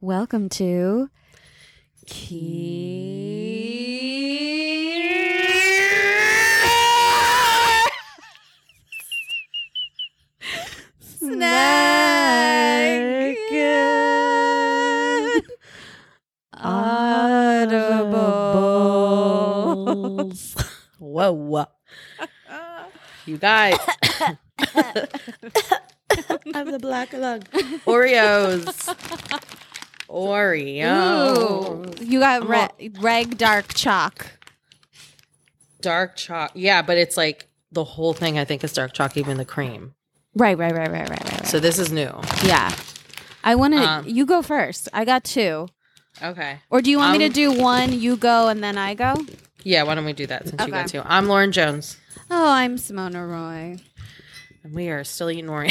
Welcome to Snack Audibles. Whoa. You guys. I'm the black lug. Oreos. Oreo. Ooh, you got re- reg dark chalk. Dark chalk. Yeah, but it's like the whole thing I think is dark chalk, even the cream. Right, right, right, right, right, right. right. So this is new. yeah, I want to. Um, you go first. I got two. Okay. Or do you want me to Um, do one? You go and then I go. Yeah, why don't we do that since you got Okay. two? I'm Lauren Jones. Oh, I'm Simona Roy. And we are still eating Oreo.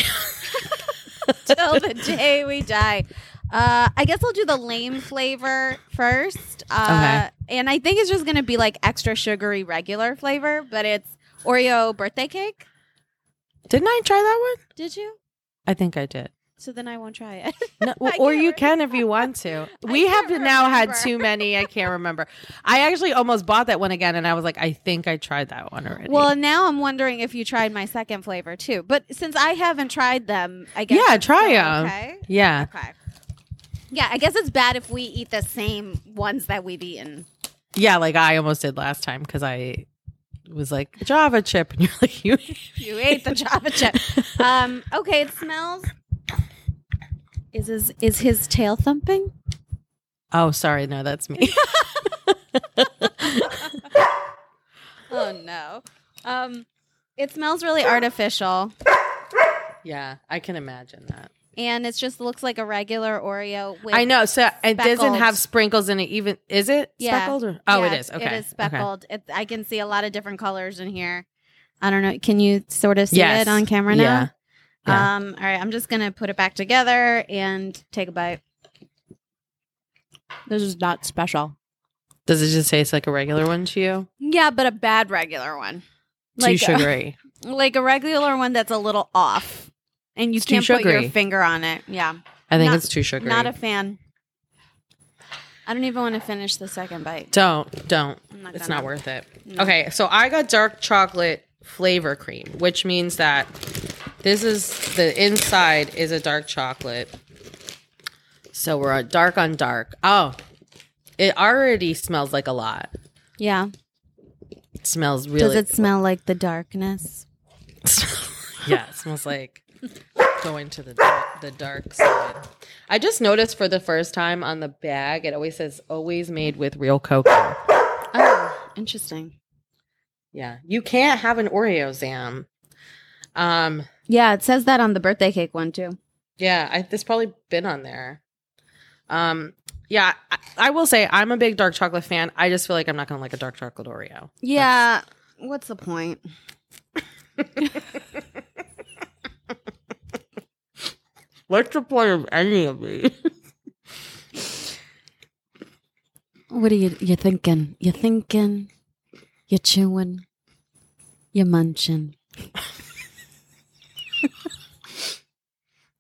Till the day we die. Uh, I guess I'll do the lame flavor first. Uh, And I think it's just going to be like extra sugary regular flavor, but it's Oreo birthday cake. Didn't I try that one? Did you? I think I did. So then I won't try it. No, I or can't you re- can if you want to. I We have can't now had remember. too many. I can't remember. I actually almost bought that one again, and I was like, I think I tried that one already. well, now I'm wondering if you tried my second flavor too. But since I haven't tried them, I guess. yeah, it's try still them. Okay. Yeah, Okay. Yeah, I guess it's bad if we eat the same ones that we've eaten. yeah. Like I almost did last time because I was like Java chip, and you're like you. You ate the Java chip. Um, okay, it smells. Is his is his tail thumping? Oh, sorry, no, that's me. Oh no. Um, it smells really artificial, yeah, I can imagine that. and it just looks like a regular Oreo. With, I know. So it doesn't speckled. have sprinkles in it. Even is it Yeah. speckled? Or, oh, Yeah, it is. Okay, It is Okay. speckled. It, I can see a lot of different colors in here. I don't know. Can you sort of see Yes. it on camera now? Yeah. Yeah. Um, all right, I'm just gonna put it back together and take a bite. This is not special. Does it just taste like a regular one to you? Yeah, but a bad regular one. Too Like, sugary. like a regular one that's a little off and you It's too can't put your sugary. finger on it yeah I think not- it's too sugary. not a fan i don't even want to finish the second bite don't don't. I'm not It's gonna. not worth it. No. Okay, so I got dark chocolate flavor cream, which means that this is the inside is a dark chocolate. So we're on dark on dark. Oh, it already smells like a lot. yeah It smells does really. it smell like the darkness yeah, it smells like going to the dark, the dark side. I just noticed for the first time on the bag, it always says "always made with real cocoa." oh interesting Yeah, you can't have an Oreo, Zam. Um, yeah it says that on the birthday cake one too Yeah, I, this probably been on there. Um, yeah, I, I will say I'm a big dark chocolate fan. I just feel like I'm not gonna like a dark chocolate Oreo. yeah what's the point What's the point of any of these? what are you you're thinking you're thinking you're chewing you're munching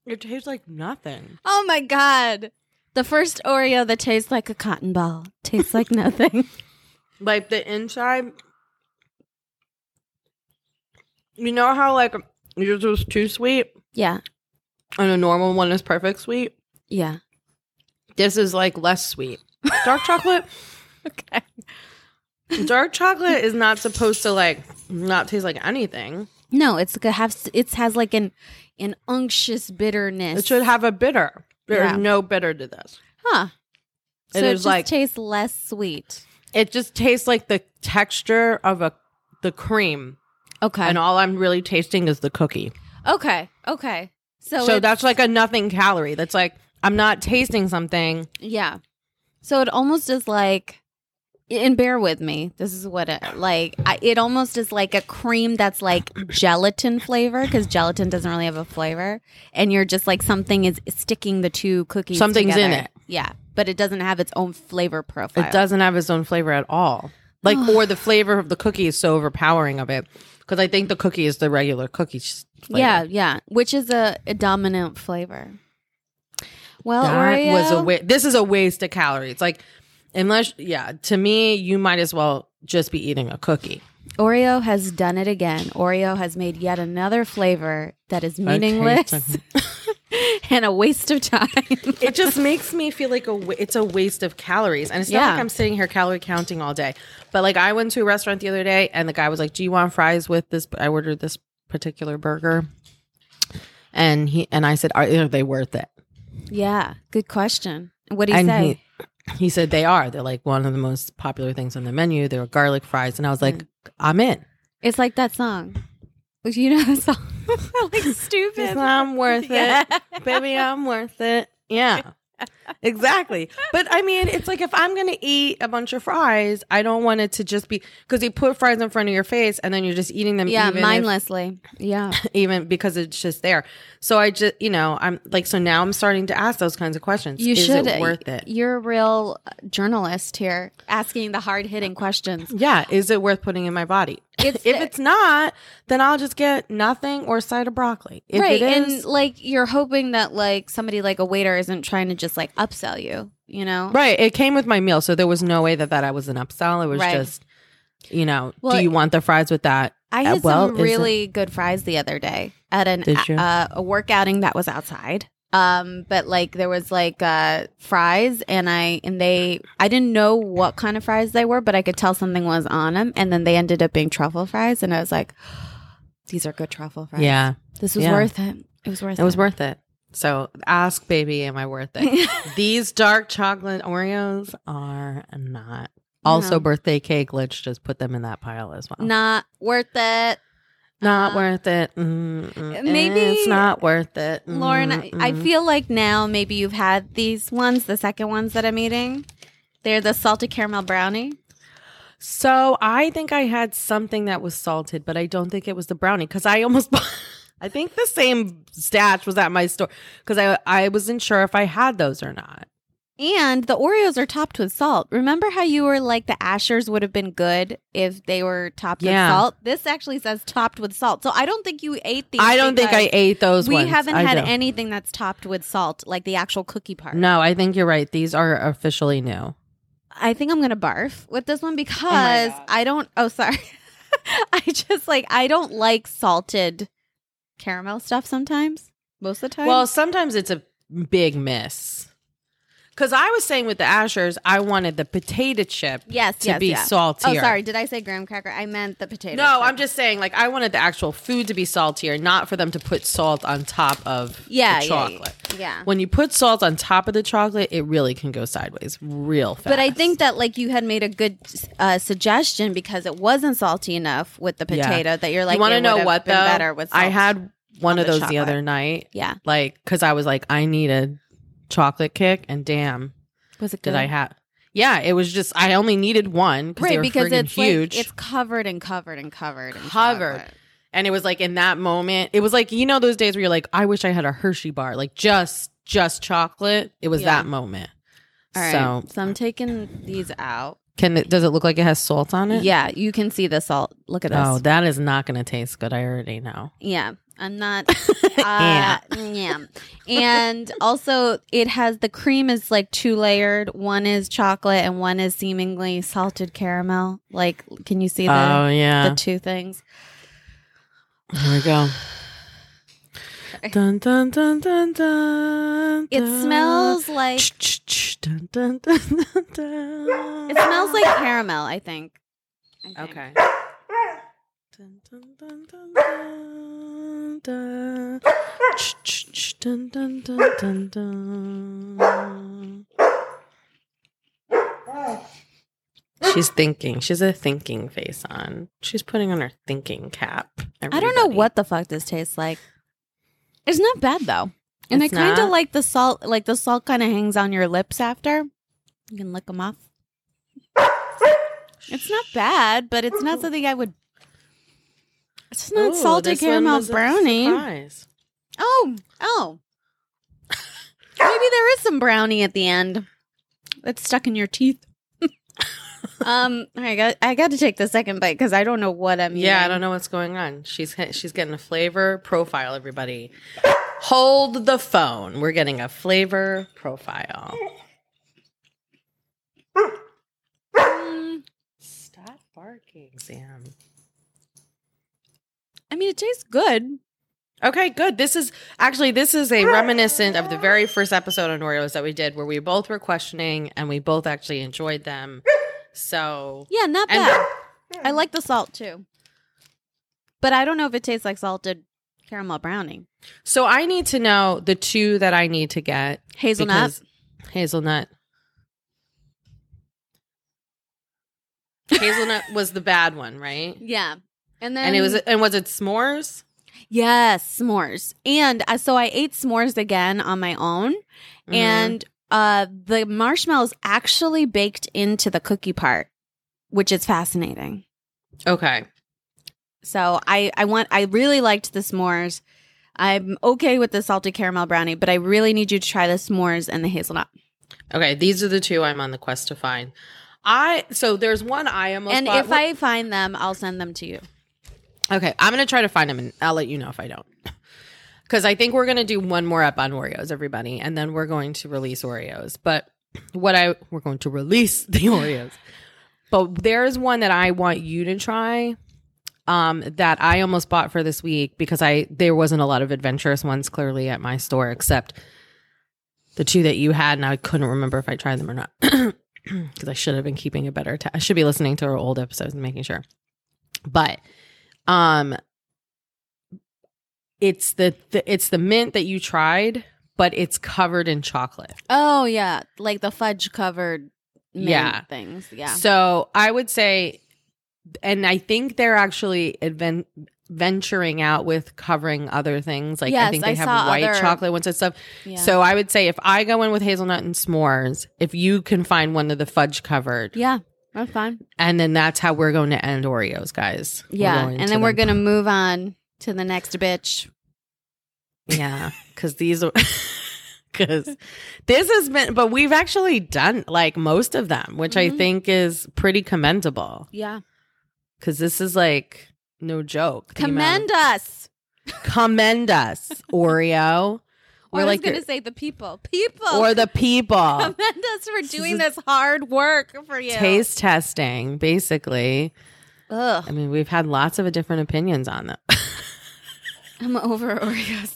It tastes like nothing. oh my god the first oreo that tastes like a cotton ball tastes like nothing Like the inside. You know how like yours was too sweet, yeah and a normal one is perfect sweet. yeah This is like less sweet. Dark chocolate. Okay. Dark chocolate is not supposed to like not taste like anything. No, it's gonna have it has like an an unctuous bitterness. It should have a bitter. There's Yeah. no bitter to this. huh? So It it, is just like- tastes less sweet. It just tastes like the texture of a the cream, Okay. and all I'm really tasting is the cookie. okay. Okay. So, So, it- that's like a nothing calorie. That's like I'm not tasting something. yeah. So it almost is like, and bear with me. This is what it like. I, it almost is like a cream that's like gelatin flavor because gelatin doesn't really have a flavor, and you're just like something is sticking the two cookies. Something's in together. it. Yeah, but it doesn't have its own flavor profile. It doesn't have its own flavor at all. Like or the flavor of the cookie is so overpowering of it. because I think the cookie is the regular cookie. s- flavor. Yeah, yeah, which is a, a dominant flavor. Well, that Oreo was a wa- this is a waste of calories. Like unless yeah, to me you might as well just be eating a cookie. Oreo has done it again. Oreo has made yet another flavor that is meaningless and a waste of time. It just makes me feel like a wa- it's a waste of calories, and it's not Yeah. like I'm sitting here calorie counting all day. But like I went to a restaurant the other day, and the guy was like, "Do you want fries with this?" I ordered this particular burger, and he and I said, "Are, are they worth it?" yeah, good question. What do you and say? He, he said they are. They're like one of the most popular things on the menu. They were garlic fries, and I was like, "I'm in." it's like that song. Which you know the song. like stupid. Because I'm worth Yeah. it. Baby, I'm worth it. Yeah. Exactly. But I mean, it's like if I'm going to eat a bunch of fries, I don't want it to just be because you put fries in front of your face and then you're just eating them. yeah, even if- mindlessly. yeah. even because it's just there. So I just, you know, I'm like, so now I'm starting to ask those kinds of questions. You Is should it worth it? You're a real journalist here asking the hard-hitting questions. Yeah. Is it worth putting in my body? It's If it's not, then I'll just get nothing or a side of broccoli. If right it is, and like you're hoping that like somebody like a waiter isn't trying to just like upsell you you know Right. It came with my meal, so there was no way that that I was an upsell. It was Right. just, you know, Well, do you want the fries with that? i Uh, had well, some is it- really good fries the other day at an Did you? uh, a work outing that was outside um but like there was like uh fries and i and they i didn't know what kind of fries they were but i could tell something was on them and then they ended up being truffle fries and i was like these are good truffle fries Yeah, this was Yeah. worth it it was worth it it was worth it. So ask, baby, am I worth it? These dark chocolate Oreos are not. Also, No. birthday cake. Let's just put them in that pile as well. not worth it not uh, worth it. Mm-mm. maybe- it's not worth it. Lauren, I I Mm-mm. feel like now maybe you've had these ones, the second ones that I'm eating. They're the salted caramel brownie. So I think I had something that was salted, but I don't think it was the brownie because I almost bought. I think the same stash was at my store because I I wasn't sure if I had those or not. And the Oreos are topped with salt. Remember how you were like the Ashers would have been good if they were topped Yeah. with salt? This actually says topped with salt. So I don't think you ate these. I don't think I because ate those. We ones. haven't I had don't. anything that's topped with salt, like the actual cookie part. No, I think you're right. These are officially new. I think I'm gonna barf with this one because Oh God. I don't. Oh, sorry. I just like I don't like salted caramel stuff. Sometimes, most of the time. Well, sometimes it's a big miss. Because I was saying with the Ashers, I wanted the potato chip yes, to yes, be yeah. saltier. Oh, sorry. Did I say graham cracker? I meant the potato. No, chip. I'm just saying, like, I wanted the actual food to be saltier, not for them to put salt on top of Yeah, the yeah, yeah. chocolate. yeah. When you put salt on top of the chocolate, it really can go sideways real fast. But I think that like you had made a good uh, suggestion because it wasn't salty enough with the Yeah. potato that you're like. you want it to would know have what though? been better with. Salt. I had one of the those the chocolate. other night, Yeah. like because I was like, I need a chocolate kick, and damn, Was it did good? I have? Yeah, it was just I only needed one because Mm. Right, they were because friggin' it's huge. like it's covered and covered and covered and Covered. and it was like in that moment, it was like you know those days where you're like, I wish I had a Hershey bar, like just just chocolate. It was Yeah. that moment. All right. so so I'm taking these out. can it, does it look like it has salt on it? Yeah, you can see the salt. Look at this. Oh, that is not going to taste good. I already know. yeah, I'm not. Uh, yeah. and also it has the cream is like two layered. One is chocolate and one is seemingly salted caramel. Like, can you see Oh the yeah. the two things? Here we go. Dun dun dun dun dun. It dun. smells like Ch- ch- ch- dun, dun, dun, dun, dun. it smells like caramel. I think. I think. Okay. Dun, dun, dun, dun, dun, dun. Ch- ch- ch- dun, dun, dun, dun, dun. She's thinking. She has a thinking face on. She's putting on her thinking cap. I don't know everybody. what the fuck this tastes like. It's not bad though, and It's I kind not? of like the salt. Like the salt kind of hangs on your lips after. You can lick them off. It's not bad, but it's not something I would. It's just not Ooh, salted this one caramel was a brownie. surprise. Oh, oh. Maybe there is some brownie at the end that's stuck in your teeth. Um, all right, I got, I got to take the second bite because I don't know what I'm eating. Yeah, I don't know what's going on. She's hit- she's getting a flavor profile. Everybody, hold the phone. We're getting a flavor profile. Mm, Stop barking, Sam. I mean, it tastes good. Okay, good. This is actually this is a reminiscent of the very first episode on Oreos that we did, where we both were questioning and we both actually enjoyed them. So Yeah, not and bad. I like the salt too, but I don't know if it tastes like salted caramel brownie, so I need to know the two that I need to get hazelnut. because- Hazelnut. Hazelnut was the bad one, right? yeah, and then And it was and was it s'mores? yes s'mores, and uh, so I ate s'mores again on my own, Mm-hmm. and uh, the marshmallows actually baked into the cookie part, which is fascinating. Mhm. okay. So I I want I really liked the s'mores. I'm okay with the salted caramel brownie, but I really need you to try the s'mores and the hazelnut Okay, these are the two I'm on the quest to find. I so there's one I almost and bought- if I find them, I'll send them to you. Okay, I'm gonna try to find them, and I'll let you know if I don't. Because I think we're gonna do one more up on Oreos, everybody, and then we're going to release Oreos. But what I we're going to release the Oreos. But there's one that I want you to try. Um, that I almost bought for this week because I there wasn't a lot of adventurous ones clearly at my store except the two that you had, and I couldn't remember if I tried them or not because I should have been keeping a better. ta- I should be listening to our old episodes and making sure. But um it's the, the it's the mint that you tried, but it's covered in chocolate. Oh yeah, like the fudge covered Yeah. things. Yeah. So I would say, and I think they're actually adven- venturing out with covering other things. Like I Yes, think they I have saw white other- chocolate ones and stuff. yeah. So I would say if I go in with hazelnut and s'mores, if you can find one of the fudge covered, yeah, that's fine. and then that's how we're going to end Oreos, guys. We're Yeah, going and to then we're them. gonna move on to the next bitch. Yeah, because these are because this has been, but we've actually done like most of them, which I Mhm. think is pretty commendable. Yeah, Because this is like no joke. the amount commend us. of- commend us, Oreo, Or or I was like gonna your- say the people, people, or the people. commend us for doing is- this hard work for you. Taste testing, basically. Ugh, I mean, we've had lots of different opinions on them. I'm over Oreos.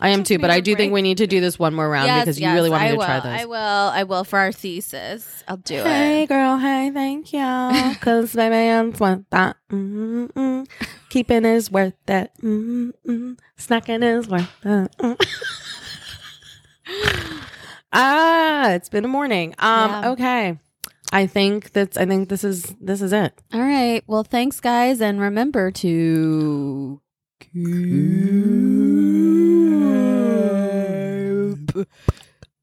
I am Just too, but need I a do think break. we need to do this one more round Yes, because you yes, really want me I to will. try those. I will. I will for our thesis. I'll do it. girl. Hey, thank you. Cause baby, I'm want that. Mm-mm. Keeping is worth it. Mm-mm. Snacking is worth it. Mm. ah, it's been a morning. Um, Yeah. okay. I think that's. I think this is. This is it. All right. Well, thanks, guys, and remember to keep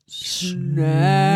snacking.